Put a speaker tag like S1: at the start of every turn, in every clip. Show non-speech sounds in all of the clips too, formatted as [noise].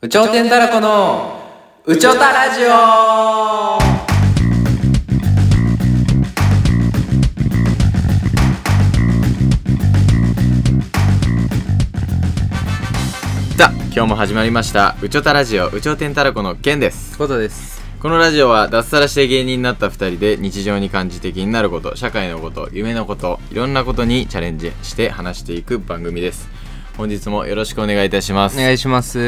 S1: 宇頂天たらこの宇宙たラジオ
S2: さあ今日も始まりました「うちょたラジオうちょてんたらこ」のケンです
S1: ことです
S2: このラジオは脱サラして芸人になった2人で日常に感じて気になること社会のこと夢のこといろんなことにチャレンジして話していく番組です本日もよろしくお願いいたしま
S1: お
S2: す
S1: 願いしますと
S2: と
S1: い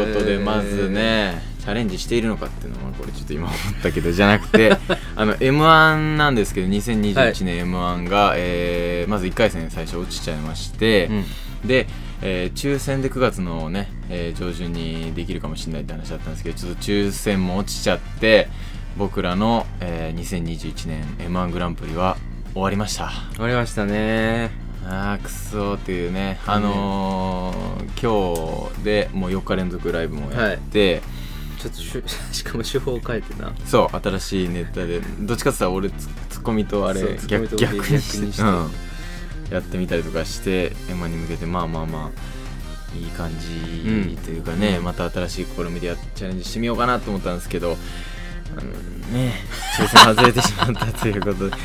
S2: いうことでまずねチャレンジしているのかっていうのはこれちょっと今思ったけどじゃなく
S1: [laughs]
S2: てあの m 1なんですけど2021年 m 1が、えーまず1回戦最初落ちちゃいまして、
S1: うん
S2: で、えー抽選で9月のね、えー上旬にできるかもしれないって話だったんですけどちょっと抽選も落ちちゃって僕らの、えー2021年 m 1グランプリは終わりました
S1: 終わりましたね
S2: あーくそーっていうねあのー、今日でもう4日連続ライブもやって、
S1: ちょっとしゅ [laughs] しかも手法変えてな
S2: そう新しいネタでどっちかって言ったら俺ツツッコミとあれ
S1: そうツッコミ
S2: 逆
S1: と
S2: 逆
S1: 逆
S2: にして
S1: 逆にして
S2: うん、やってみたりとかしてエマに向けてまあまあまあいい感
S1: うん
S2: じというかね、また新しい試みでやっチャレンジしてみようかなと思ったんですけどあの
S1: [laughs]
S2: ね抽選外れてしまったということで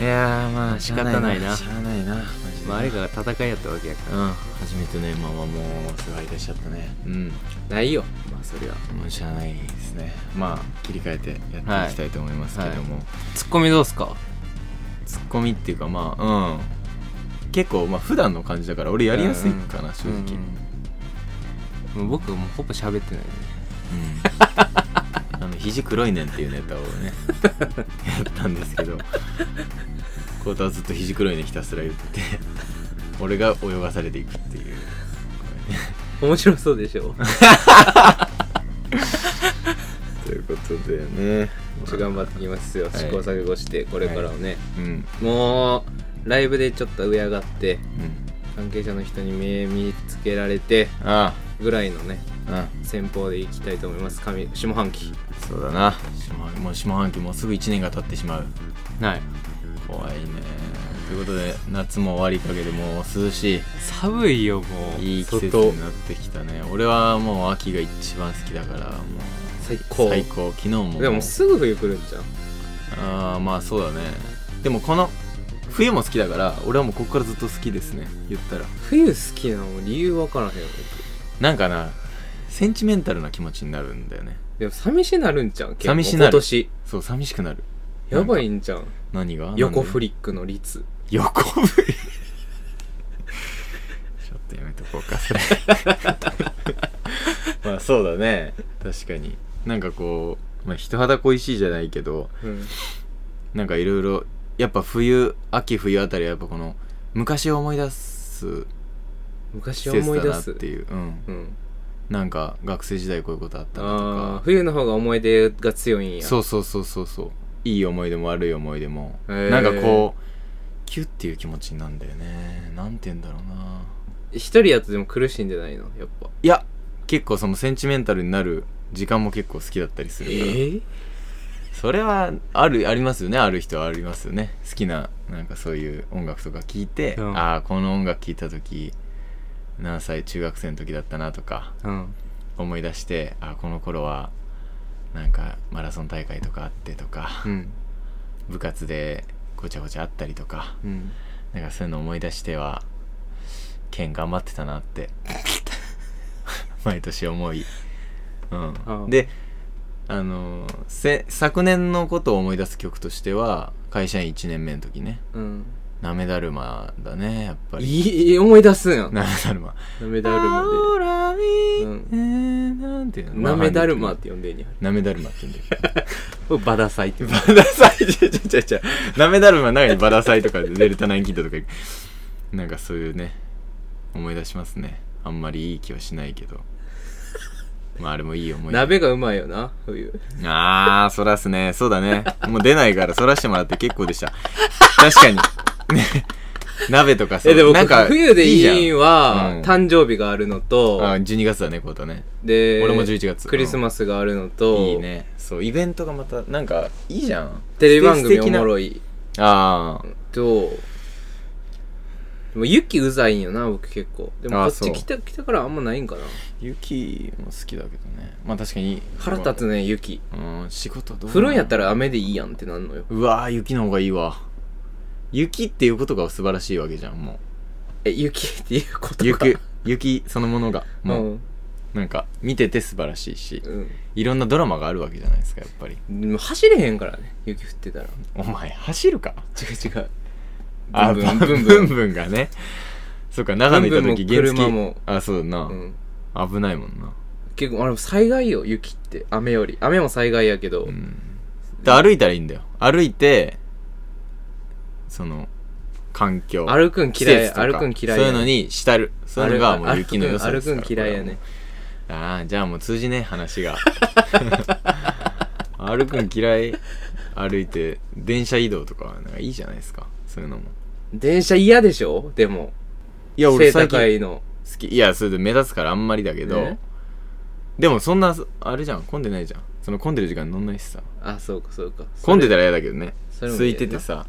S2: いやーまあ
S1: 仕方ないな
S2: しゃあないなマジで
S1: まああれが戦いやったわけやか
S2: うん初めてねまあまあもうすぐ敗退しちゃったねうん
S1: らないよまあそれは
S2: もうしゃあないですねまあ切り替えてやっていきたいと思いますけども、
S1: ツッコミどうすか
S2: ツッコミっていうかまあうん結構まあ普段の感じだから俺やりやすいかな、正直、うん
S1: うんもう僕もうほぼ喋ってないね
S2: あの肘黒いねんっていうネタをねやったんですけどコータはずっと肘黒いねんひたすら言って俺が泳がされていくっていう
S1: 面白そう [laughs] でしょ
S2: ということでね
S1: ちょ頑張っていきますよ
S2: はい
S1: 試行錯誤してこれからをね
S2: うんうん
S1: もうライブでちょっと上上がって関係者の人に目見つけられて
S2: あ
S1: ぐらいのね
S2: あうん
S1: 戦法でいきたいと思います上下半期
S2: そうだな下半もう下半期もうすぐ1年が経ってしまう
S1: はい
S2: 怖いねということで夏も終わりかけでもう涼しい
S1: 寒いよも
S2: いい季節になってきたね俺はもう秋が一番好きだからもう
S1: 最高
S2: 最高昨日も
S1: でもすぐ冬来るんじゃん
S2: ああまあそうだねでもこの冬も好きだから俺はもうここからずっと好きですね言ったら
S1: 冬好きなの理由わからへんよ
S2: なんかなセンチメンタルな気持ちになるんだよね
S1: 僕でも寂しなるんじゃん結構
S2: 寂し
S1: 今
S2: なる
S1: 年
S2: そう寂しくなる
S1: やばいんじゃん
S2: 何が
S1: 横フ
S2: り
S1: リックの率
S2: 横振り [laughs] ちょっとやめとこうかそれ [laughs] まあそうだね確かになんかこう、まあ、人肌恋しいじゃないけど
S1: うん
S2: なんかいろいろやっぱ冬秋冬あたりはやっぱこの昔を思い出す
S1: 昔
S2: 季
S1: を思い
S2: 節
S1: 出
S2: だなっ
S1: す
S2: ていう、うん、
S1: うん
S2: なんか学生時代こういうことあった
S1: ああ
S2: なと
S1: 冬の方が思い出が強いんや
S2: かそうそうそうそうそういい思い出も悪い思い出も、
S1: へー
S2: なんかこうキュッていう気持ちになんだよねなんて言うんだろうな
S1: 一人やとでも苦しいんじゃないのやっぱ
S2: いや結構そのセンチメンタルになる時間も結構好きだったりするから、
S1: え
S2: それはあるありますよねある人はありますよね好きななんかそういう音楽とか聞いて、
S1: うん
S2: ああこの音楽聴いた時何歳中学生の時だったなとか
S1: うん
S2: 思い出してああこの頃はなんかマラソン大会とかあってとか
S1: うん
S2: 部活でごちゃごちゃあったりとか
S1: うん
S2: なんかそういうの思い出してはケン頑張ってたなって
S1: [laughs]
S2: 毎年思い、う
S1: ああ
S2: ん、であのせ昨年のことを思い出す曲としては会社員1年目の時ね
S1: うん
S2: 「なめだるま」だねやっぱり
S1: いい思い出すや
S2: 「
S1: ん
S2: なめだるま」
S1: なめだるま
S2: 青らみ
S1: うん
S2: えーなんていう
S1: で
S2: の
S1: なめだるまっ
S2: ま
S1: て呼んでんや
S2: あなめだるまって言うんだけど
S1: バダサイって
S2: バダサイちゃちゃちゃちゃなめだるまの中にバダサイとかデルタナインキッドとかなんかそういうね思い出しますねあんまりいい気はしないけどまああれもいい思い
S1: [laughs]
S2: 出
S1: 鍋がうまいよな冬
S2: あー、そらすね。そうだね。もう出ないから、そらしてもらって結構でした。確かに。ね、鍋とかさ、
S1: えでも
S2: なんか
S1: 冬でいいん
S2: う
S1: は
S2: ん
S1: 誕生日があるの
S2: じゃんあ
S1: と
S2: 12月だね、こうとね。
S1: で
S2: 俺も11月
S1: クリスマスがあるのと
S2: いいね。そう、イベントがまた、なんか、いいじゃん。
S1: テレビ番組おも
S2: い。
S1: ろい
S2: あー、
S1: とでも雪うざいんよな僕結構でも
S2: あ
S1: こ
S2: ー
S1: っち来た来たからあんまないんかな
S2: 雪も好きだけどねまあ確かに
S1: 腹立つね雪
S2: つうん仕事どう
S1: 降るんやった
S2: ら
S1: ら雨でいいやんってなんのよ
S2: うわー雪の方がいいわ雪っていうことが素晴らしいわけじゃんも
S1: え雪って [laughs] いうこと
S2: う
S1: か
S2: 雪雪そのものが
S1: う、
S2: もうんなんか見てて素晴らしいし
S1: うん
S2: いろんなドラマがあるわけじゃないですかやっぱり
S1: でも走れへんからね雪降ってたら違
S2: お前走るか
S1: う違う
S2: あ
S1: ブンブン
S2: ブンブンブンがねそっか長野行った時
S1: ブンブンも
S2: 原付
S1: 車も
S2: あそうだな、
S1: うん、
S2: 危ないもんな
S1: 結構あれも災害よ雪って雨より雨も災害やけど、
S2: うんで歩いたらいいんだよ歩いてその環境
S1: 歩くん
S2: 季
S1: 嫌い
S2: 節とか
S1: 歩くん嫌い
S2: そう
S1: や
S2: いうのにしたるそういうのがもう雪の良さですから
S1: 歩くん嫌いやね
S2: ああじゃあもう通じねえ話 [laughs] が歩くん嫌い歩いて電車移動とかなんかいいじゃないですかそういうのも
S1: 電車嫌でしょでも
S2: いや俺
S1: 背
S2: 最近
S1: 高いの
S2: 好きいやそれで目立つからあんまりだけど、
S1: ね
S2: でもそんなあれじゃん混んでないじゃんその混んでる時間に乗んないしさ
S1: あそうかそうか
S2: 混んで
S1: た
S2: たら嫌だけどね
S1: それも
S2: 空
S1: 嫌や
S2: い
S1: な
S2: ててさ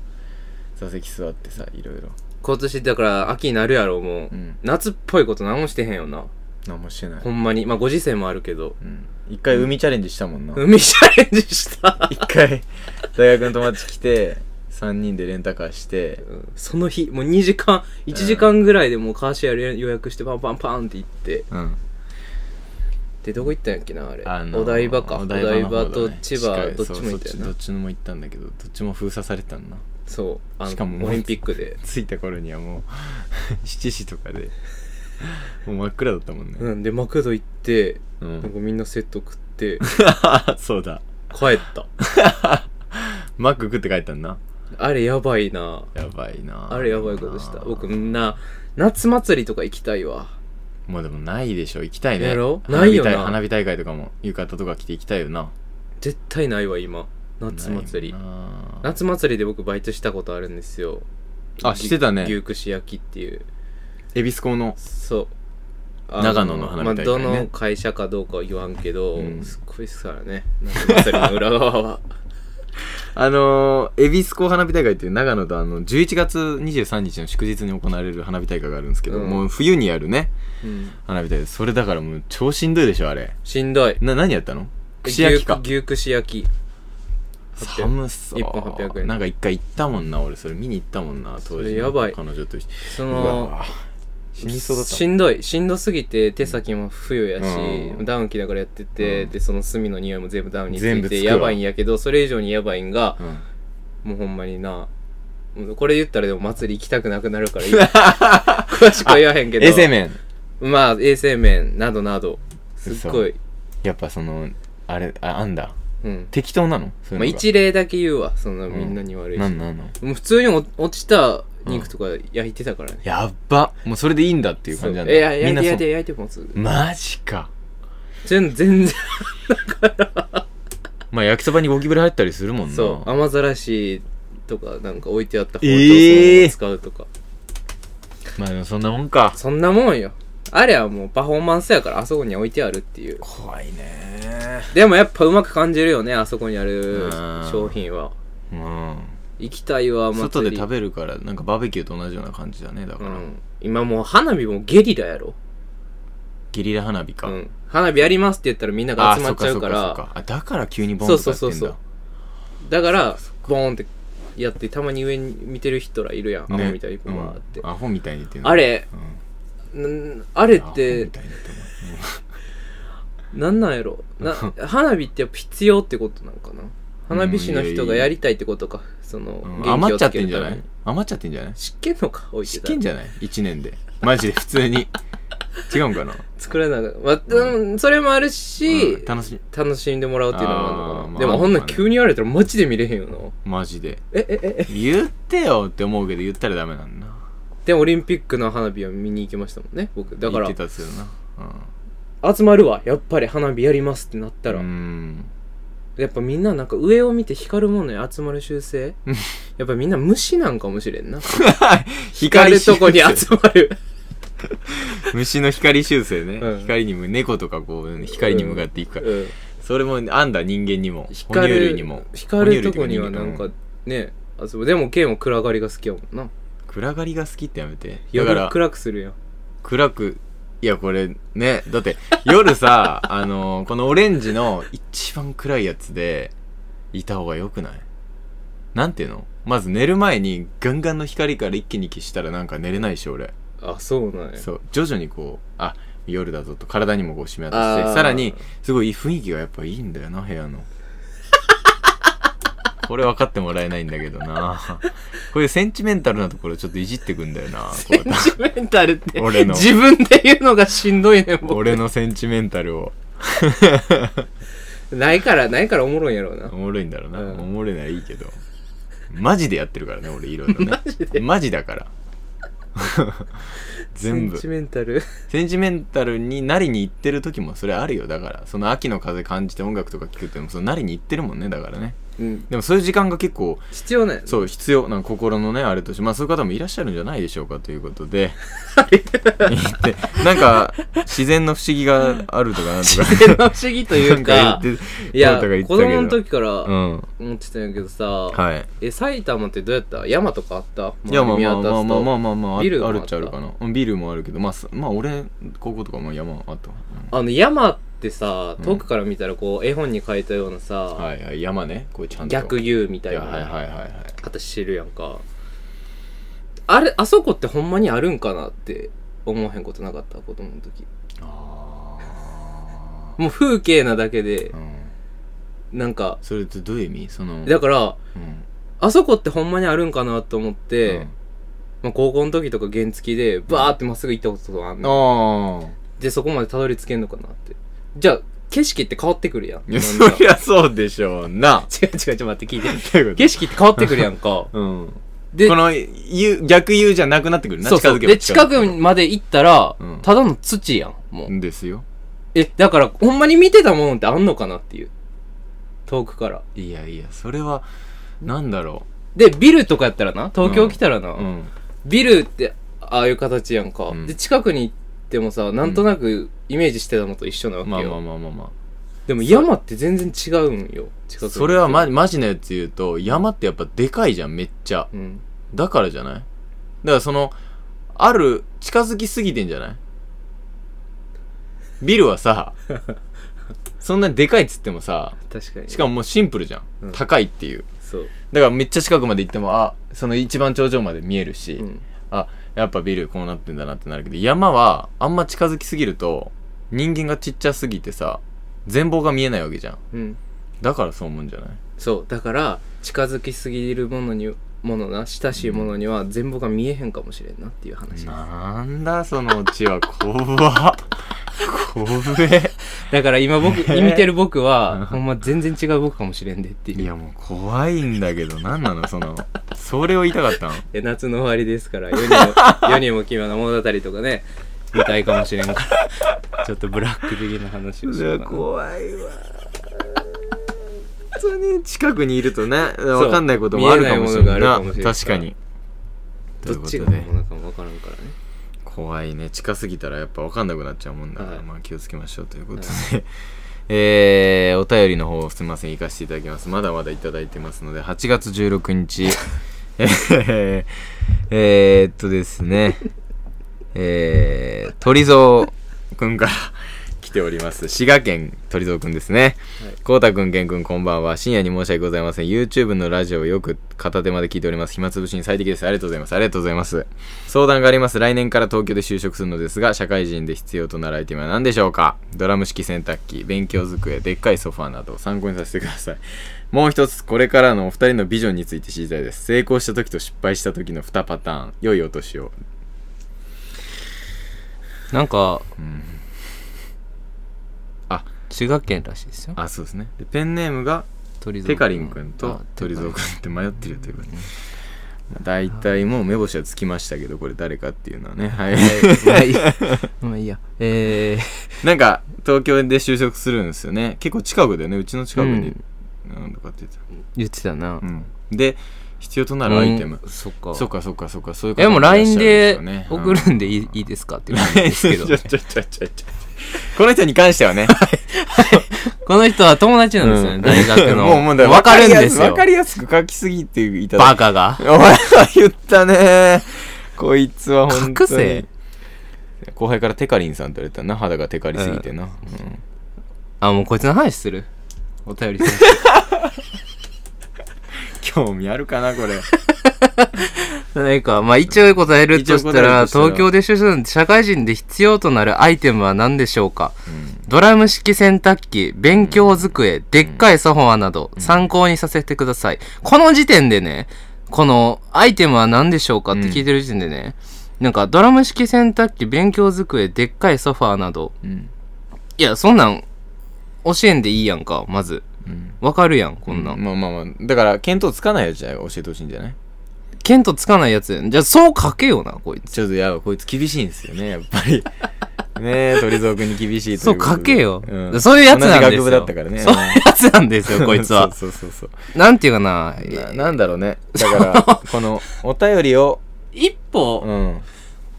S2: 座席座ってさいろいろ
S1: 今年だから秋になるやろもう、
S2: うん
S1: 夏っぽいこと何もしてへんよな
S2: 何もしてない
S1: ほんまにまあご時世もあるけど [laughs]
S2: うん一回海チャレンジしたもんな
S1: 海チャレンジした、
S2: 一回 [laughs] 大学の友達来て3人でレンタカーして
S1: うんその日もう2時間1時間ぐらいでもうカーシェア予約してパンパンパンって行って
S2: うん
S1: でどこ行ったんやっけなあれ、
S2: あの
S1: お台場かお台
S2: の
S1: 場
S2: 方だ
S1: と
S2: ね
S1: 千
S2: 近
S1: 葉
S2: い
S1: どっちも行った
S2: そう
S1: よ
S2: そどっ
S1: な
S2: ちも行ったんだけどどっちも封鎖されてたんだな
S1: そうあ
S2: しかも
S1: のオリンピックで
S2: 着いた頃にはもう [laughs] 7時とかでもう真っ暗だったもんね
S1: うんでマクド行って
S2: う
S1: なん
S2: ん、
S1: かみんなセット食って
S2: そうだ
S1: 帰
S2: [laughs]
S1: った
S2: マック食って帰ったんだ
S1: あれやばいな
S2: やばいな
S1: あれやばいことした僕みんな夏祭りとか行きたいわ
S2: もうでもないでしょ行きたいね
S1: やろ
S2: 花火大
S1: ないよな
S2: 花火大会とかも浴衣とか着て行きたいよな
S1: 絶対ないわ今夏祭り
S2: ないよな
S1: 夏祭りで僕バイトしたことあるんですよ
S2: あしてたね
S1: 牛串焼きっていう
S2: 恵比寿港の
S1: そうあ
S2: 長野の花火大会ね
S1: まあ、どの会社かどうかは言わんけど、
S2: うん
S1: すっごいっすからね夏祭りの裏側
S2: [laughs]
S1: は
S2: あのー、恵比寿港花火大会っていう長野とあの11月23日の祝日に行われる花火大会があるんですけど、
S1: うん
S2: もう冬にやるね
S1: うん
S2: 花火大会それだからもう超しんどいでしょあれ
S1: しんどい
S2: な何やったの串焼きか
S1: 牛牛串焼き800
S2: 寒そう
S1: 一本800円
S2: なんか一回行ったもんな俺それ見に行ったもんな当
S1: そ
S2: 時
S1: れやばい
S2: 彼女と一緒
S1: そうの
S2: わ死にそうだった
S1: しんどいしんどすぎて手先も冬やし、
S2: うん
S1: ダウン着ながらやってて、
S2: うん
S1: でその炭の匂いも全部ダウンにつ
S2: 全
S1: い
S2: 部つ
S1: て
S2: くわ
S1: やばいんやけどそれ以上にやばいんが、
S2: うん
S1: もうほんまになもうこれ言ったらでも祭り行きたくなくなる
S2: [laughs]
S1: からいい詳しくは言わへんけど
S2: 衛生面
S1: まあ衛生面などなどすっごい
S2: やっぱそのあれああんだ
S1: うん
S2: 適当なのそう
S1: まあ
S2: いうのが
S1: 一例だけ言うわそんな
S2: うん
S1: みんなに悪いし、
S2: なんなんなん
S1: もう普通に落落ちた肉とか焼いてたからね、
S2: やっばもうそれでいいんだっていう感じなんだ
S1: そういや
S2: み
S1: 焼
S2: ん
S1: い
S2: な
S1: て焼
S2: そ
S1: いうて焼いてもつ
S2: マジか
S1: 全然
S2: まあ焼きそばにゴキブリ入ったりするもんな
S1: そう雨ざらしとかなんか置いてあった包
S2: え
S1: 丁を
S2: ー
S1: 使うとか、
S2: まあでもそんなもんか
S1: そんなもんよあれはもうパフォーマンスやからあそこに置いてあるっていう
S2: 怖いね
S1: でもやっぱうまく感じるよねあそこにある
S2: うん
S1: 商品は
S2: うん
S1: 行きたいわ祭り
S2: 外で食べるからなんかバーベキューと同じような感じだねだか
S1: う
S2: ら、
S1: ん、今もう花火もゲリラやろ、
S2: ゲリラ花火か、
S1: うん、花火やりますって言ったらみんなが
S2: あ
S1: 集まっちゃうから
S2: そっかそっかそっかあだから急にボンとかやってんだ
S1: そうそうそうそうだからボーンってやってたまに上に見てる人らいるやん、アホみたいにこうわーって、
S2: うんアホみたいにっていうの
S1: あれ
S2: うん
S1: なんあれっ
S2: アホ
S1: て
S2: みたいにって
S1: なんなんやろな
S2: [laughs]
S1: 花火ってやっぱ必要ってことなんかな花火師の人がやりたいってことか、その、
S2: 思う
S1: 元気を
S2: うん余っちゃ
S1: つ
S2: っ
S1: け
S2: てん
S1: る
S2: じ
S1: た
S2: ゃ
S1: め
S2: な
S1: に
S2: い余っちゃってんじゃない
S1: 知ってんのか置いて
S2: 知った
S1: ら
S2: てんじゃない1年でマジで普通に違うんかな、
S1: 作れなかった、まあうんそれもあるし、
S2: うん楽しい
S1: 楽しんでもらうっていうのもあるのかな、
S2: あーまあ
S1: でもほんなん急に言われたらマジで見れへんよな
S2: マジで
S1: ええええ
S2: 言ってよって思うけど言ったらダメなんだな
S1: でもオリンピックの花火は見に行きましたもんね僕だか
S2: 言って
S1: ら
S2: たっすよなう
S1: 集まるわやっぱり花火やりますってなった
S2: ん
S1: ら、
S2: うん
S1: やっぱみんななんか上を見て光るものに集まる習性やっぱみんな虫なんかもしれ
S2: [laughs]
S1: んな光るとこに集まる
S2: 虫の光修正ね、
S1: うん
S2: 光に向猫とかこう光に向かっていくから、
S1: うん
S2: それもあんだ人間にも [laughs] 哺乳
S1: 光
S2: 類
S1: る
S2: にも
S1: 光るとこには
S2: 哺
S1: な
S2: 乳類
S1: ん
S2: とか人間
S1: かねあそうでもケイも暗がりが好きやもんな
S2: うん暗がりが好きってやめてだか
S1: 夜
S2: ら
S1: 暗くするよ
S2: 暗くいやこれねだって夜さ [laughs] あのこのオレンジの一番暗いやつでいた方がよくないなんていうのまず寝る前にガンガンの光から一気に消したらなんか寝れないし俺
S1: あそうなんや
S2: そう徐々にこうあ夜だぞと体にもこう染み渡し
S1: あ
S2: て
S1: ー
S2: さらにすごい雰囲気がやっぱいいんだよな部屋の [laughs] これ分かってもらえないんだけどなこういうセンチメンタルなところちょっといじってくんだよなこう
S1: セン [laughs] チメンタルって
S2: 俺の
S1: 自分で言うのがしんどいねん僕
S2: 俺のセンチメンタルを
S1: ないからないからおもろいんやろうな
S2: おもろいんだろうな、
S1: うん
S2: おもろいならいいけどマジでやってるからね俺いろいろねマジだから全部
S1: センチメンタル
S2: センチメンタルになりに行ってる時もそれあるよだからその秋の風感じて音楽とか聴くってのもそのなりに行ってるもんねだからね
S1: うん
S2: でもそういう時間が結構
S1: 必要なんやな
S2: そう必要なんか心のねあれとしてまあそういう方もいらっしゃるんじゃないでしょうかということでって [laughs] なんか自然の不思議があるとかなんと
S1: [laughs]
S2: か
S1: 自然の不思議とい
S2: な
S1: うんか
S2: か言って
S1: いや
S2: とか言ってた
S1: 子
S2: けど
S1: 供の時から
S2: うん
S1: 思ってたんやけどさ、
S2: はい
S1: え埼玉ってどうやった山とかあった
S2: いやまあまあ
S1: 周り見渡す
S2: まあまあ
S1: と
S2: まあまあまああ
S1: ビルも
S2: あ
S1: あった
S2: るっちゃあるかなうんビルもあるけどまあすまあ俺高校とかも山あったわ
S1: あの山ってさ
S2: うん
S1: 遠くから見たらこう絵本に書いたようなさ、
S2: うんはいはい山ねこうちゃんと
S1: 逆
S2: い
S1: 言うみたい
S2: や
S1: な、
S2: はいはいはいはい
S1: 私知るやんかあれあそこってほんまにあるんかなって思わへんことなかった子供の時
S2: あ
S1: もう風景なだけで
S2: あうん
S1: なんか
S2: それってどういう意味その
S1: だから
S2: うん
S1: あそこってほんまにあるんかなと思って、
S2: うん
S1: まあ、高校の時とか原付きでバーってまっすぐ行ったこととかあんの
S2: あ
S1: でそこまでたどり着けんのかなってじゃあ景色って変わってくるやん
S2: あい
S1: な
S2: や
S1: ん
S2: そ
S1: か
S2: りゃそうでしょうな
S1: [laughs] 違う違うちょっと待って聞いて
S2: どういうこと
S1: 景色って変わってくるやん
S2: [laughs]
S1: か
S2: うん
S1: で
S2: この言う逆言うじゃなくなってくるな
S1: そうそうで近くまで行ったら、
S2: うん
S1: ただの土やんもう、
S2: んですよ
S1: えだからほんまに見てたものってあんのかなっていう遠くから
S2: いやいやそれはなんだろ
S1: でビルとかやったらな東京来たらな、
S2: ううん
S1: ビルってああいう形やんか、
S2: うん
S1: で近くに行ってもさなんとなくイメージしてたのと一緒なわけよ、
S2: まあまあまあまあまあ
S1: でも山って全然違うんよ近くに
S2: それはマジマジなやつ言うと山ってやっぱでかいじゃんめっちゃ
S1: うん
S2: だからじゃないだからそのある近づきすぎてんじゃないビル
S1: [laughs]
S2: はさそんなにでかいっつってもさ
S1: 確かに
S2: しか
S1: も
S2: ももうシンプルじゃん、
S1: うん
S2: 高いっていう
S1: そう、
S2: だからめっちゃ近くまで行ってもあその一番頂上まで見えるし、
S1: うん、
S2: やっぱビルこうなってんだなってなるけど山はあんま近づきすぎると人間がちっちゃすぎてさ全貌が見えないわけじゃん
S1: うん、
S2: だからそう思うんじゃない
S1: そうだから近づきすぎるものにものな親しいものには全貌が見えへんかもしれんなっていう話です
S2: なんだそのうちは怖っ怖え
S1: だから今
S2: [laughs]
S1: 僕、
S2: へえ
S1: 見てる僕
S2: うん [laughs]
S1: は、ほんま全然違う僕かもしれんでって
S2: い
S1: いう。
S2: やもう怖いんだけど何なのそのそれを言いたかったの
S1: え夏の終わりですから、世にも、世にも奇妙な物語とかね、見たいかもしれんから。ち [laughs] ょっとブラック的な話をしようかな。
S2: 怖いわ本当に近くにいるとね
S1: う
S2: わかんないこともあるかもしれ
S1: 見え
S2: な
S1: ないいものがあるかもしれない
S2: 確かにという
S1: どっ
S2: こ
S1: ち
S2: と
S1: が本
S2: で
S1: 物かもわからんからね。
S2: 怖いね近すぎたらやっぱ分かんなくなっちゃうもんだから、
S1: はい
S2: まあ気をつけましょうということで、 [laughs] えーお便りの方すみません行かせていただきますまだまだいただいてますので8月16日
S1: [laughs]
S2: えーえーっとですねえー、鳥蔵くんから [laughs] 来ております滋賀県鳥蔵くんですね
S1: はい
S2: こうたくん、けんくん、こんばんは。深夜に申し訳ございません。YouTube のラジオをよく片手まで聞いております。暇つぶしに最適です。ありがとうございます。ありがとうございます。相談があります。来年から東京で就職するのですが、社会人で必要となるアイテムは何でしょうかドラム式洗濯機、勉強机、でっかいソファーなどを参考にさせてください。もう一つ、これからのお二人のビジョンについて知りたいです。成功した時と失敗した時の2パターン。良いお年を。
S1: なんか、
S2: うん
S1: 滋賀県らしいですよ。
S2: あ、そうですね。でペンネームが、
S1: 鳥
S2: テカリン君と鳥蔵君って迷ってるということで、まあ、大体もう目星はつきましたけどこれ誰かっていうのはねはい
S1: まあいいや。えー、
S2: なんか東京で就職するんですよね結構近くでねうちの近くに、なんとかって言って
S1: 言ってたな
S2: た、。うん、で必要となるアイテム、
S1: そっか
S2: そっかそっかそっかそういう
S1: え、もう LINE で送
S2: ん
S1: るんでいいいい
S2: [laughs]
S1: ですかって言うんですけど
S2: ちょ。ちょちょちょちょこの人に関してはね
S1: この人は友達なんですよね、
S2: うん
S1: 大学の。
S2: もうもうだ
S1: わかるんです
S2: わ
S1: よ
S2: か。りやすく書きすぎていただ
S1: バ
S2: い
S1: カが。
S2: お前は言ったねこいつは本
S1: 隠
S2: 当に
S1: せ
S2: 後輩からテカリンさんって言われたな肌がテカリすぎてな、うん
S1: あ、もうこいつの話する。お便りす
S2: 興味あるかなこれ
S1: る。なんか、まあ一応答えるとしたら、
S2: 一応答えるとしたら
S1: 東京で出社社会人で必要となるアイテムは何でしょうか、ドラム式洗濯機、勉強机、でっかいソファーなど、参考にさせてください。この時点でね、このアイテムは何でしょうかって聞いてる時点でね、なんかドラム式洗濯機、勉強机、でっかいソファーなど、
S2: うん
S1: いや、そんなん、教えんでいいやんか、まず。
S2: うん
S1: わかるやん、こんなん。
S2: まあまあまあだから見当つかないやつじゃ教えてほしいんじゃない
S1: 見当つかないやつやん。じゃあ、そう書けよな、こいつ。
S2: ちょっとやばいこいつ厳しいんですよねやっぱ
S1: [laughs]
S2: りねえ鳥蔵君に厳しいと
S1: そ
S2: いう
S1: う
S2: ことで
S1: 書けよ、
S2: うん
S1: そういうやつなんですよ。
S2: 同じ学部だったからね
S1: そういうやつなんですよ、こいつは。
S2: そうそうそうそう
S1: なんていうかな、
S2: ななんだろうね
S1: [laughs]
S2: だからこのお便りを、
S1: 一歩、
S2: うん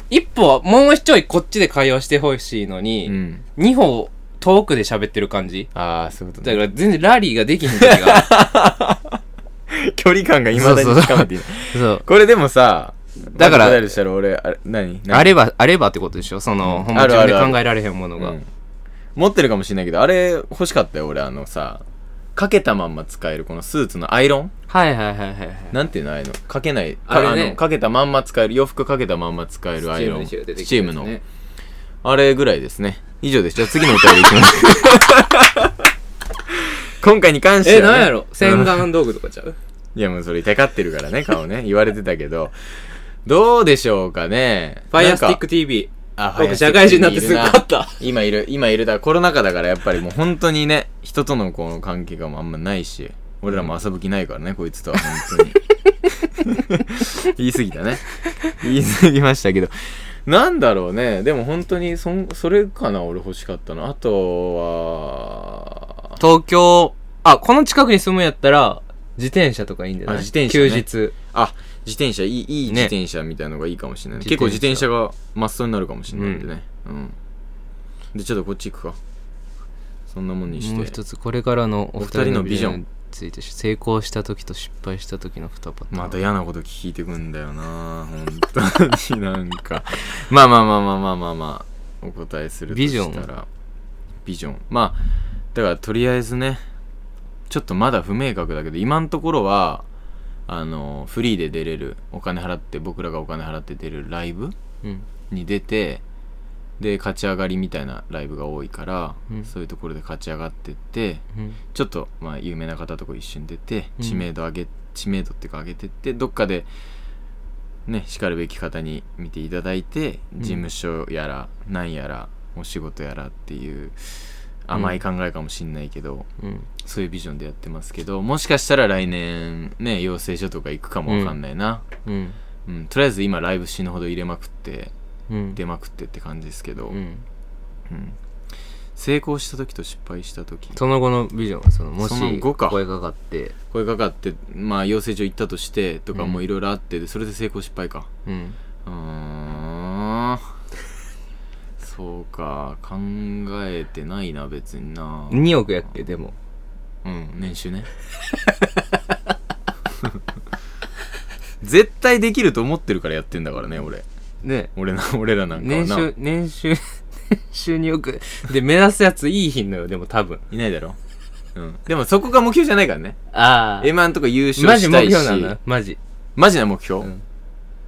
S1: 一歩、もうちょいこっちで会話してほしいの
S2: う
S1: に、
S2: ん、
S1: 二歩遠くで喋ってる感じ。
S2: ああそういうこと
S1: だ
S2: ね
S1: から全然ラリーができひん時が。
S2: 距離感がいまだにつかめていない
S1: [laughs] そう。
S2: これでもさ
S1: だから
S2: お便りしたら俺あれ何何
S1: あれば、あればってことでしょその、ほんま
S2: あるあ
S1: 自
S2: るある
S1: 分で考えられへんものが。
S2: うん持ってるかもしれないけどあれ欲しかったよ俺あのさかけたまんま使えるこのスーツのアイロン
S1: はいはいはいはいはい。
S2: なんていうのああいうのかけないか
S1: あれね
S2: のかけたまんま使える洋服かけたまんま使えるアイロン
S1: チームで出てき
S2: チ
S1: た
S2: ー
S1: や
S2: ム
S1: つね
S2: のあれぐらいですね以上ですじゃあ次のお便りいきます
S1: [laughs]
S2: 今回に関し
S1: え、
S2: てはね、
S1: なんやろ洗
S2: うん
S1: 顔道具とかちゃう
S2: いやもうそれテカってるからね顔ね言われてたけどどうでしょうかね
S1: ファイアスティック
S2: なんか
S1: TV。
S2: あファイ
S1: 僕
S2: アステ
S1: 社
S2: ィック
S1: 会人になってすぐ
S2: いるな
S1: 買った。
S2: 今いる今いるだからコロナ禍だからやっぱりもう本当にね人とのこの関係がもうあんまないし俺らも遊ぶ気ないからね、こいつとは本当に [laughs] 言い過ぎたね言い過ぎましたけどなんだろうねでも本当にそんそれかな俺欲しかったのあとは
S1: 東京、あ、この近くに住むんやったら、自転車とかいいんじゃない
S2: あ自転車ね
S1: 休日。
S2: あ自転車いいいい自
S1: ね
S2: 転車みたいのがいいかもしれない、ね、
S1: 自
S2: 結構
S1: 転車
S2: 自転車がマストになるかもしれないんでねうん、でちょっとこっち行くかそんなもんにして
S1: もう一つ、これからのお二人のビジョ
S2: お二人のビジョン
S1: ンについて、成功した時と失敗した時の二パターン。
S2: また嫌なこと聞いてくんだよな本当になんかまあまあまあまあまあまあまあお答えするとしたらビジョンまあだからとりあえずねちょっとまだ不明確だけど今のところはあのフリーで出れるお金払って僕らがお金払って出るライブ
S1: うん。
S2: に出てで勝ち上がりみたいなライブが多いから、
S1: うん
S2: そういうところで勝ち上がってって
S1: うん。
S2: ちょっとまあ有名な方とこ一緒に出て
S1: うん
S2: 知名度上げ、知名度っていうか上げてってどっかでねしかるべき方に見ていただいて
S1: ん
S2: 事務所やらなんやらお仕事やらっていう甘い考えかもしんないけど、
S1: うん。
S2: そういうビジョンでやってますけどもしかしたら来年ね養成所とか行くかもわかんないな、
S1: うん。
S2: うんとりあえず今ライブ死ぬほど入れまくって
S1: うん。
S2: 出まくってって感じですけど、
S1: うん。
S2: うん成功した時と失敗した時
S1: その後のビジョンは、その、も
S2: その
S1: し、
S2: 後か
S1: 声かかって、
S2: 声かかってまあ養成所行ったとしてとか
S1: うん
S2: もいろいろあってでそれで成功失敗か
S1: うん。
S2: うー [laughs] んそうか考えてないな別にな
S1: 2億やっけ、でも。
S2: うん年収ね [laughs] 絶対できると思ってるからやってんだからね俺
S1: ね。
S2: 俺な [laughs] 俺らなんかは
S1: 年
S2: な
S1: 収、年収、 [laughs] 年収2億。で、目指すやついい品のよ、でも多分。
S2: いないだろ、うん、でもそこが目標じゃないからね
S1: ああ。
S2: M−1 とか優
S1: マ
S2: 勝
S1: ジ
S2: し
S1: 目
S2: たい
S1: 標
S2: し
S1: なのマジ。
S2: マジな目標、
S1: うん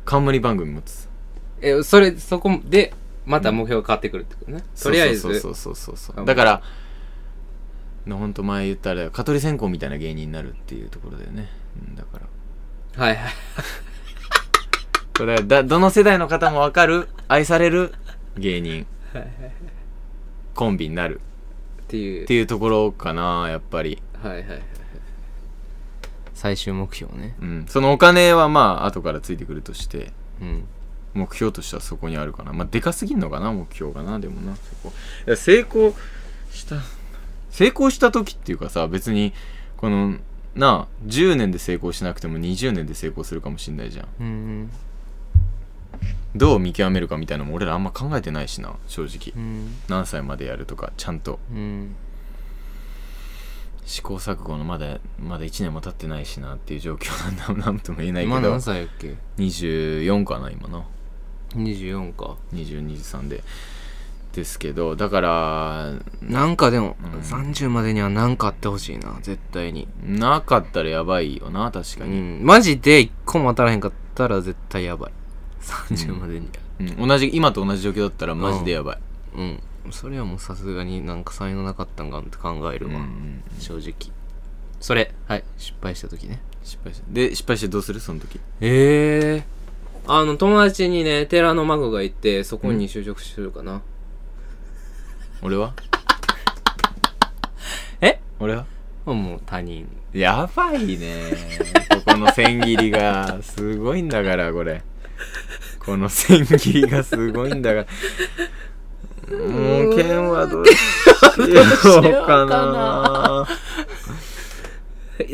S2: 冠番組持つ
S1: えそれそこでまた目標が変わってくるってことね、とりあえず
S2: そうそうそうそうそうそう
S1: あ
S2: だからほんと前言ったあれだよ蚊取り線香みたいな芸人になるっていうところだよね、うん、だから
S1: はいはい
S2: これはだどの世代の方も分かる愛される芸人コンビになる
S1: っていう
S2: っていうところかなやっぱり、
S1: はいはいはい最終目標ね
S2: うん、そのお金はまあ後からついてくるとして
S1: うん
S2: 目標としてはそこにあるかなまあでかすぎんのかな目標がなでもなそこいや成功した成功した時っていうかさ別にこのなあ10年で成功しなくても20年で成功するかもしんないじゃん
S1: うん
S2: どう見極めるかみたいなのも俺らあんま考えてないしな正直
S1: うん
S2: 何歳までやるとかちゃんと
S1: うん
S2: 試行錯誤のまだまだ1年も経ってないしなっていう状況なんだ [laughs] なんとも言えないけ
S1: 今
S2: ど
S1: 何歳やっけ
S2: 24かな今な
S1: ?24 か。
S2: 2223でですけどだから
S1: なんかでも、
S2: うん
S1: 30までには何かあってほしいな、絶対に。
S2: なかったらやばいよな確
S1: う
S2: かに、
S1: ん。マジで1個も当たらへんかったら絶対やばい。30までに。
S2: うん同じ今と同じ状況だったらマジでやばい、
S1: うん。それはもうさすがになんか才能なかったんかなって考える
S2: うん
S1: わ。
S2: うん
S1: 正直。それ、はい。失敗した時ね。
S2: 失敗してで失敗してどうするその時
S1: ええあの、友達にね、寺のマグがいて、そこに就職するかな。
S2: 俺 [laughs] は
S1: え
S2: 俺は
S1: もう他人。
S2: やばいねここの千切りがすごいんだからこれこの千切りがすごいんだ [laughs] からもう剣はどうしようかな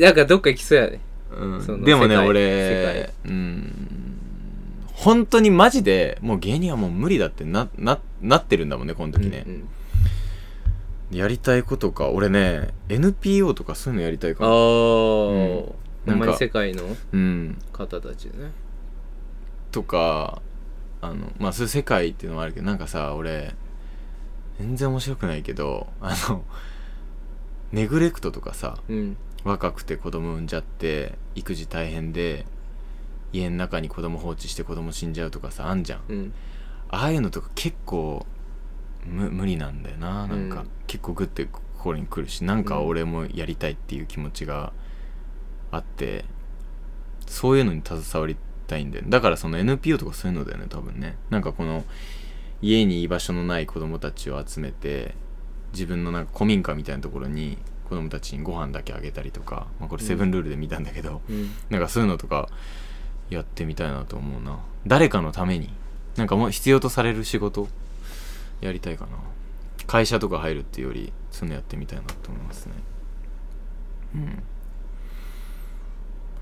S1: なんかどっか行きそうやね。
S2: うん
S1: その
S2: でもね
S1: 世界
S2: 俺うん本当にマジでもう芸人はもう無理だってなななってるんだもんねこの時ね、
S1: うん
S2: やりたいことか俺ね NPO とかそういうのやりたいか
S1: ああ
S2: も、
S1: ー、
S2: うん
S1: ほんま
S2: なん
S1: に
S2: か
S1: 世界の
S2: うん、
S1: 方たちね。
S2: とかあのまあそういう世界っていうのもあるけどなんかさ俺全然面白くないけどあのネグレクトとかさ
S1: うん。
S2: 若くて子供産んじゃって育児大変で家の中に子供放置して子供死んじゃうとかさあんじゃん
S1: うん。
S2: ああいうのとか結構む無理なんだよななんか、
S1: うん
S2: 結構グッて心に来るしなんか
S1: うん
S2: 俺もやりたいっていう気持ちがあってそういうのに携わりたいんだよだからその NPO とかそういうのだよね多分ねなんかこの家に居場所のない子供たちを集めて自分のなんか古民家みたいなところに子供たちにご飯だけあげたりとか、まあ、これセブンルールで見たんだけど、
S1: うん。
S2: なんかそういうのとかやってみたいなと思うな誰かのためになんかもう必要とされる仕事やりたいかな会社とか入るっていうよりそういうのやってみたいなと思いますねうん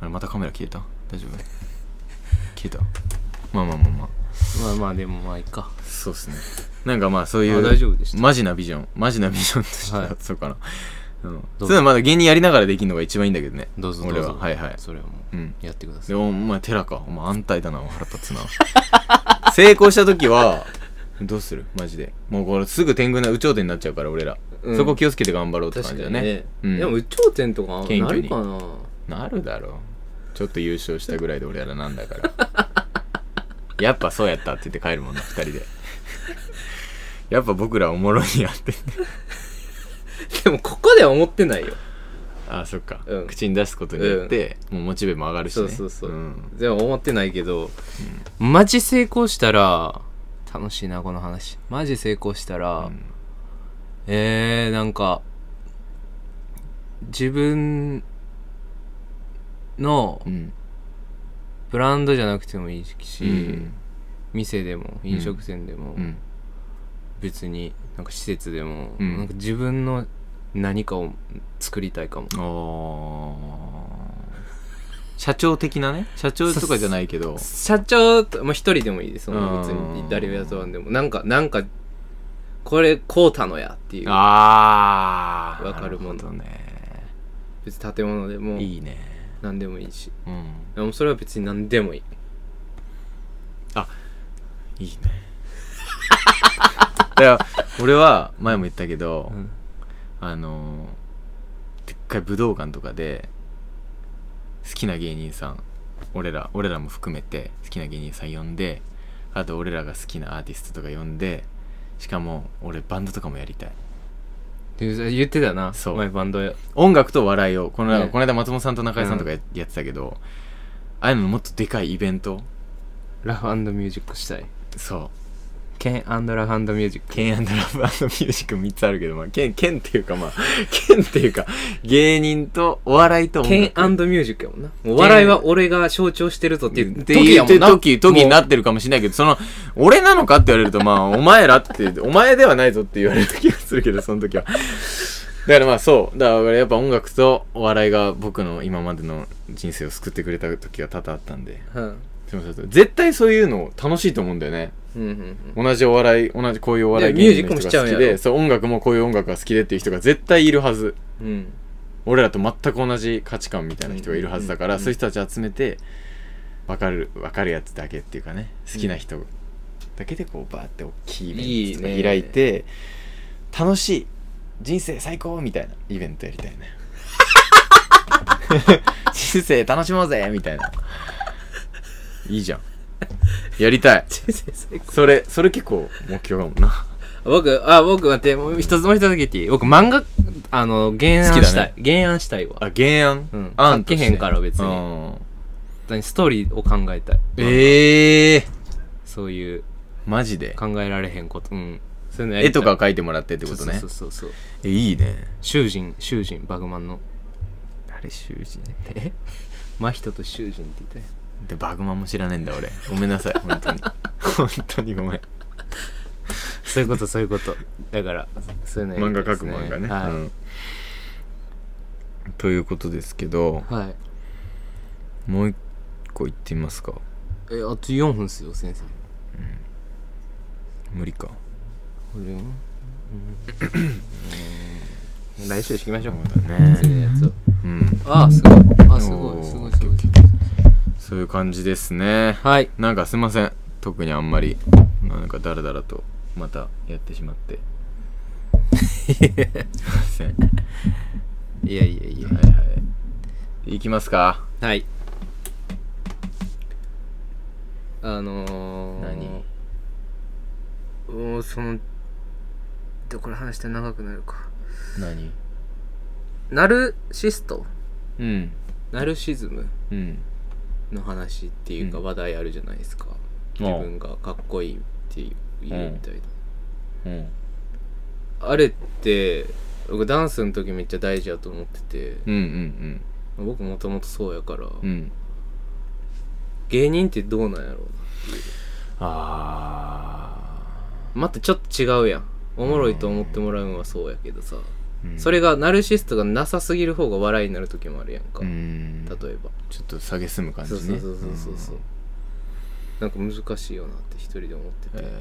S2: あれまたカメラ消えた
S1: [laughs]
S2: 大丈夫消えたまあまあまあまあ
S1: まあまあ、でもまあいいか。
S2: そうっすねなんかまあそうい
S1: あ
S2: う
S1: 大丈夫でした
S2: マジなビジョンマジなビジョンとしては、
S1: はい
S2: そうかな、うん、
S1: どうぞ
S2: そういうのまだ芸人やりながらできるのが一番いいんだけどね
S1: どうぞどう
S2: 俺
S1: ぞ。
S2: ははいはい
S1: それはも
S2: うん
S1: う、やってくださ
S2: で、
S1: い。
S2: お前、寺か。お前、安泰だな、腹立つな。 [laughs] 成功した時は、どうするマジで。もうこれすぐ天狗な、有頂天になっちゃうから、俺ら。
S1: うん
S2: そこ気をつけて頑張ろうって
S1: 確か
S2: 感じだ
S1: に
S2: ね。
S1: ね。
S2: うん
S1: でも、有頂天とか
S2: 謙
S1: な
S2: 虚
S1: る
S2: に
S1: かな
S2: なるだろう。ちょっと優勝したぐらいで俺らなんだから。 [laughs] やっぱそうやったって言って帰るもんな、二人で。 [laughs] やっぱ僕らおもろいやって。
S1: でも、ここでは思ってないよ。
S2: ああ、そっか、
S1: うん
S2: 口に出すことによって、もうモチベも上がるしね。
S1: そうそうそうんでも思ってないけど、マジ成功したら楽しいなこの話マジ成功したら、
S2: うん
S1: えー、なんか自分の
S2: うん。
S1: ブランドじゃなくてもいいし、
S2: うん。
S1: 店でも飲食店でも、
S2: うん。
S1: 別になんか施設でも、
S2: うん
S1: なんか自分の何かを作りたいかも
S2: お社長的なね社長とかじゃないけど
S1: 社長と、まあ、一人でもいいですそ
S2: うん
S1: の別に誰を雇わんでもなんかなんかこれこうたのやっていう
S2: [laughs] ああ
S1: わかるもの
S2: ね
S1: 別に建物でも
S2: いいね
S1: 何でもいいし
S2: うん
S1: でもそれは別に何でもいい
S2: いいね [laughs] だから俺は前も言ったけど、
S1: うん
S2: あのーでっかい武道館とかで好きな芸人さん俺ら俺らも含めて好きな芸人さん呼んであと俺らが好きなアーティストとか呼んでしかも俺バンドとかもやりたい
S1: で言ってたな
S2: そう
S1: 前バンドや
S2: 音楽と笑いをこの,、
S1: ね
S2: この間松本さんと中居さんとかや,、ってたけどああいうのもっとでかいイベント
S1: ラフミュージックしたい
S2: そう
S1: ケンラフミュージック
S2: ケンラブミュージック3つあるけどまあケンケンっていうかまあ [laughs] ケンっていうか芸人とお笑いと音楽
S1: ケンミュージックやもんなもう笑いは俺が象徴してるぞって言っていいやもん
S2: 時
S1: な
S2: 時時にな
S1: も
S2: ってるかもしれないけどその俺なのかって言われるとまあ [laughs] お前らってお前ではないぞって言われる気がするけどその時はだからまあそうだからやっぱ音楽とお笑いが僕の今までの人生を救ってくれた時が多々あったんで
S1: ううん
S2: すいません絶対そういうの楽しいと思うんだよね
S1: うんうん
S2: 同じお笑い同じこういうお笑い
S1: でミュージ
S2: 芸
S1: ック
S2: 人の
S1: も
S2: 人
S1: しちゃ
S2: が
S1: うん
S2: 好
S1: や
S2: き
S1: ろ [laughs]
S2: でそう音楽もこういう音楽が好きでっていう人が絶対いるはず
S1: うんうん
S2: 俺らと全く同じ価値観みたいな人がいるはずだから、
S1: うんうんうん
S2: そういう人たち集めて分かる分かるやつだけっていうかね好きな人だけでこうバーって大きいイベントと
S1: いい
S2: か
S1: ね
S2: 開いて楽しい人生最高みたいなイベントやりたいね人生楽しもうぜみたいないいじゃんやりたいそれそれ結構目標かもんな
S1: 僕、あ、僕、待って、もう一つもう一つだけ言っていい僕、漫画、あの、原案
S2: 好きだね
S1: したい。原案したいわ。
S2: あ原案、
S1: うん
S2: 案として
S1: 書けへんから別に
S2: うん
S1: 何ストーリーを考えたい。
S2: ええー、
S1: そういう、
S2: マジで
S1: 考えられへんこと。うん。そういうのや
S2: 絵
S1: りたい
S2: とかを描いてもらってってことね
S1: そうそうそうそう。
S2: えいいね
S1: 囚人、囚人、バグマンの。
S2: 誰習字
S1: え
S2: ね
S1: 真人と囚人って言ったやん
S2: でバグマンも知らねえんだ俺ごめんな
S1: [laughs]
S2: さい本当に本当にごめん
S1: そういうこと、そういうこと。だから、そういうのや
S2: 漫
S1: りたい
S2: 画
S1: です
S2: 描く漫画ね、
S1: はい。
S2: うんということですけど
S1: はい。
S2: もう一個言ってみますか
S1: え、あと4分っすよ、先生。
S2: 無理か
S1: これうん。うん来週聞きましょう。
S2: そうだね
S1: 次のやつを。
S2: うん
S1: ああ、すごい。あ、すご
S2: おー
S1: い、すごい、すごい。
S2: そういう感じですね
S1: はい。
S2: なんかすいません特にあんまりなんかダラダラとまたやってしまって
S1: [laughs]
S2: すいません
S1: いやいやいや。
S2: はいはい。いきますか。
S1: はい。あのー、
S2: 何
S1: おーその、で、これ話して長くなるか。
S2: 何
S1: ナルシスト
S2: うん。
S1: ナルシズム
S2: うん。
S1: の話っていうか
S2: うん
S1: 話題あるじゃないですか。
S2: うん
S1: 自分がかっこいいっていう言うみたいな。
S2: うん。
S1: あれって、僕ダンスの時めっちゃ大事やと思ってて、
S2: うんうん
S1: 僕もともとそうやから、
S2: うん。うん。
S1: 芸人ってどうなんやろう
S2: あ
S1: またちょっと違うやんおもろいと思ってもらうんはそうやけどさ、
S2: ー。
S1: それがナルシストがなさすぎる方が笑いになる時もあるやんか、
S2: うん。
S1: 例えば
S2: ちょっと下げすむ感じ
S1: そう
S2: ね。
S1: そうそうそうそうそうなんか難しいよなって一人で思ってて、
S2: うん。えー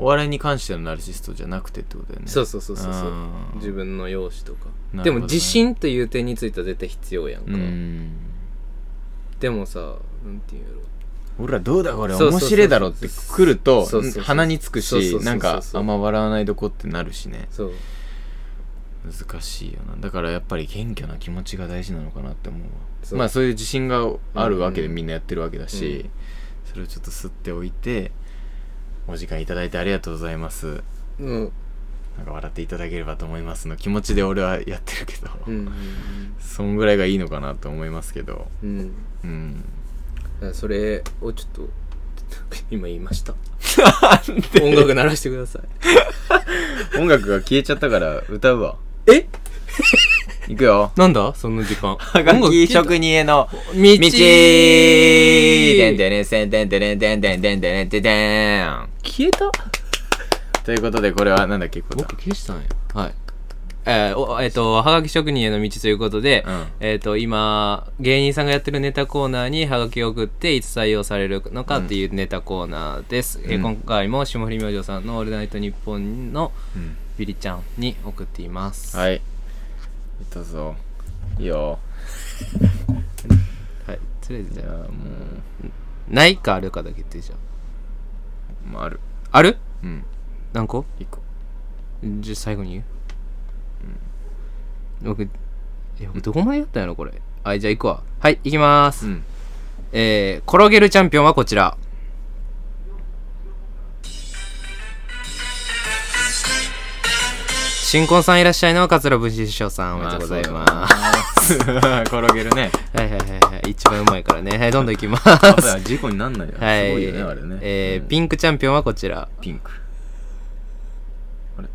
S2: お笑いに関してのナルシストじゃなくてってことだよね。
S1: そうそうそうそうそう
S2: あー
S1: 自分の容姿とか、
S2: なるほどね
S1: でも自信という点については絶対必要やんか、
S2: うん。
S1: でもさなんていうんやろ
S2: 俺らどうだこれ
S1: そうそう
S2: 面
S1: そうそう
S2: 白いだろって来ると
S1: そうそうそう
S2: 鼻につく
S1: そうそうそう
S2: し
S1: そう
S2: なんかあんま笑わないどこってなるしね
S1: そう
S2: 難しいよなだからやっぱり謙虚な気持ちが大事なのかなって思うわ
S1: そう
S2: まあそういう自信があるわけで
S1: うん
S2: みんなやってるわけだし、それをちょっと吸っておいてお時間いただいてありがとうございます
S1: うん
S2: なんか笑っていただければと思いますの気持ちで俺はやってるけど、
S1: うんうん
S2: そんぐらいがいいのかなと思いますけど
S1: うんうん
S2: うん
S1: だからそれをちょっと [laughs] 今言いました音楽鳴らしてください
S2: [laughs] 音楽が消えちゃったから歌うわ
S1: え
S2: いくよ
S1: なんだその時
S2: [laughs]
S1: 間。
S2: はがき職人への道でんでれんせんでんでれんでんでんでんでれんでんでん
S1: 消えた
S2: ということでこれはなんだっけこれ
S1: 僕消したんや。はい。えーおえっ、と、はがき職人への道ということで、
S2: うん
S1: えっ、と、今、芸人さんがやってるネタコーナーにはがきを送って、いつ採用されるのかっていうネタコーナーです。えー
S2: うん
S1: 今回も霜降り明星さんのオールナイトニッポンの
S2: うん
S1: ビリちゃんに送っています。い。
S2: はい。どうぞ。いいよ。
S1: はい。とりあえずじ
S2: じ
S1: ゃ
S2: ゃあ
S1: あ、
S2: も
S1: ないかあるかだけ言ってじゃ
S2: う、まあ、ある。
S1: あ。ある
S2: うん。
S1: 何個
S2: 一個。
S1: じゃあ最後に言う、僕え僕どこまでやったんやろこれはいじゃあ行くわはい行きまーす、
S2: うん。
S1: えー、転げるチャンピオンはこちら新婚さんいらっしゃいの桂文枝師匠さんおめでとうございます
S2: す。 [laughs] 転げるね。
S1: はいはいはいはい一番うまいからねはいどんどん行き
S2: [laughs]
S1: ます
S2: まだ事故になんないよ。
S1: はい
S2: すごいよね、あれね。
S1: えー
S2: ン
S1: ピンクチャンピオンはこちら
S2: ピンク。あれ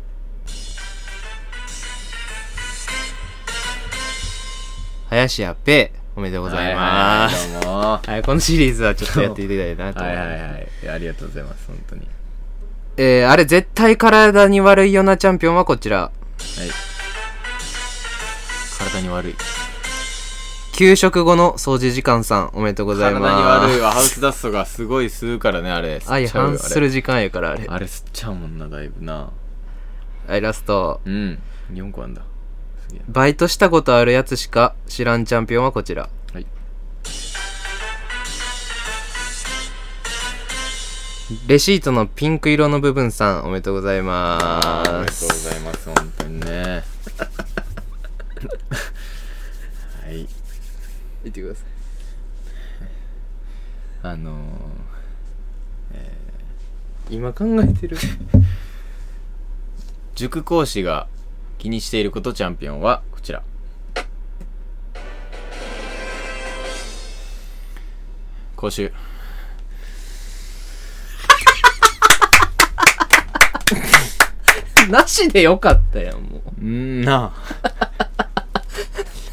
S1: 林家ペーおめでとうございます
S2: はいはいどうも。
S1: はい、このシリーズはちょっとやっていただきたいなと
S2: は
S1: 思い
S2: い
S1: ます。
S2: はいはいいや。ありがとうございます、本当に。は
S1: えー、あれ絶対体に悪いよなチャンピオンはこちら。
S2: い。体に悪い。
S1: 給食後の掃除時間さん、おめでとうござい
S2: 体に
S1: ます。
S2: 悪い [laughs] わ。ハウスダストがすごい吸うからね、あれ。
S1: 相反する
S2: 吸っち
S1: 時間やからあれ
S2: ゃうよ。あれあれ吸っちゃうもんな、だいぶな。
S1: はい、ラスト。
S2: うん。4個あんだ。次や
S1: バイトしたことあるやつしか知らんチャンピオンはこちら。
S2: はい
S1: レシートのピンク色の部分さん、おめでとうござい
S2: あーあり
S1: ま
S2: がとうご
S1: す。
S2: ざいます本当にねはい
S1: 行ってください。
S2: あのー
S1: 今考えてる。
S2: 塾講師が気にしていることチャンピオンはこちら講習
S1: なしでよかったやん、もう。
S2: うんな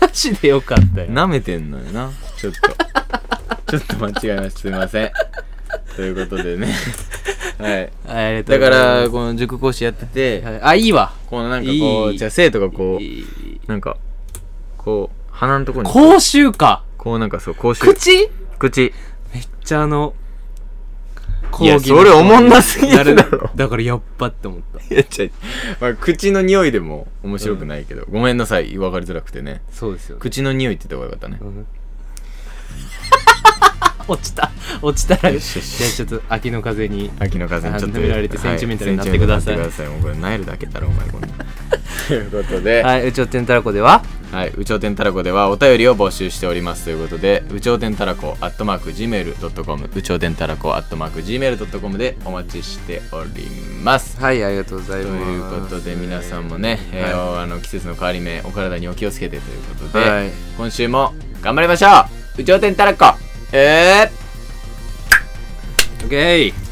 S1: なしでよかったやん。
S2: なめてんのよなちょっ [laughs] とちょっと間違えましたすいませんということ [laughs] でねはい
S1: はいありがとう
S2: だ
S1: ござ
S2: か
S1: います
S2: らこの塾講師やってて、
S1: はいあ、いいわ。
S2: このなんかこう
S1: いい
S2: じゃあ生徒がこ
S1: いい
S2: うんなんかこう鼻のところにこう
S1: 口臭か。
S2: なんかそう口臭
S1: 口
S2: 口
S1: めっちゃあの、
S2: いやそれおもんなすぎるだろ
S1: だからやっぱって思った。
S2: いやちゃいまあ、口の匂いでも面白くないけど、ごめんなさい分かりづらくてね
S1: そうですよね。
S2: 口の匂いって言った方がよかったね
S1: うん落ちた。落ちたら。
S2: よ
S1: じ
S2: しよし
S1: ゃあちょっと秋の風に。
S2: 秋の風にちょっと
S1: 舐められてセンチメンタルになってください
S2: はいセンチメンタルになってくださいもうこれナイルだけだろお前こ
S1: [laughs]
S2: んなということで、はい
S1: はい、うちょてんたらこでは、
S2: 宇宙天たらこではお便りを募集しておりますということで宇宙天たらこ at mark gmail.com 宇宙天たらこ at mark gmail.com でお待ちしております
S1: はい、ありがとうござい
S2: と
S1: ます。
S2: いうことで皆さんもね、えーあの季節の変わり目お体にお気をつけてということで、
S1: はい
S2: 今週も頑張りましょう宇宙天たらこえー
S1: オッケー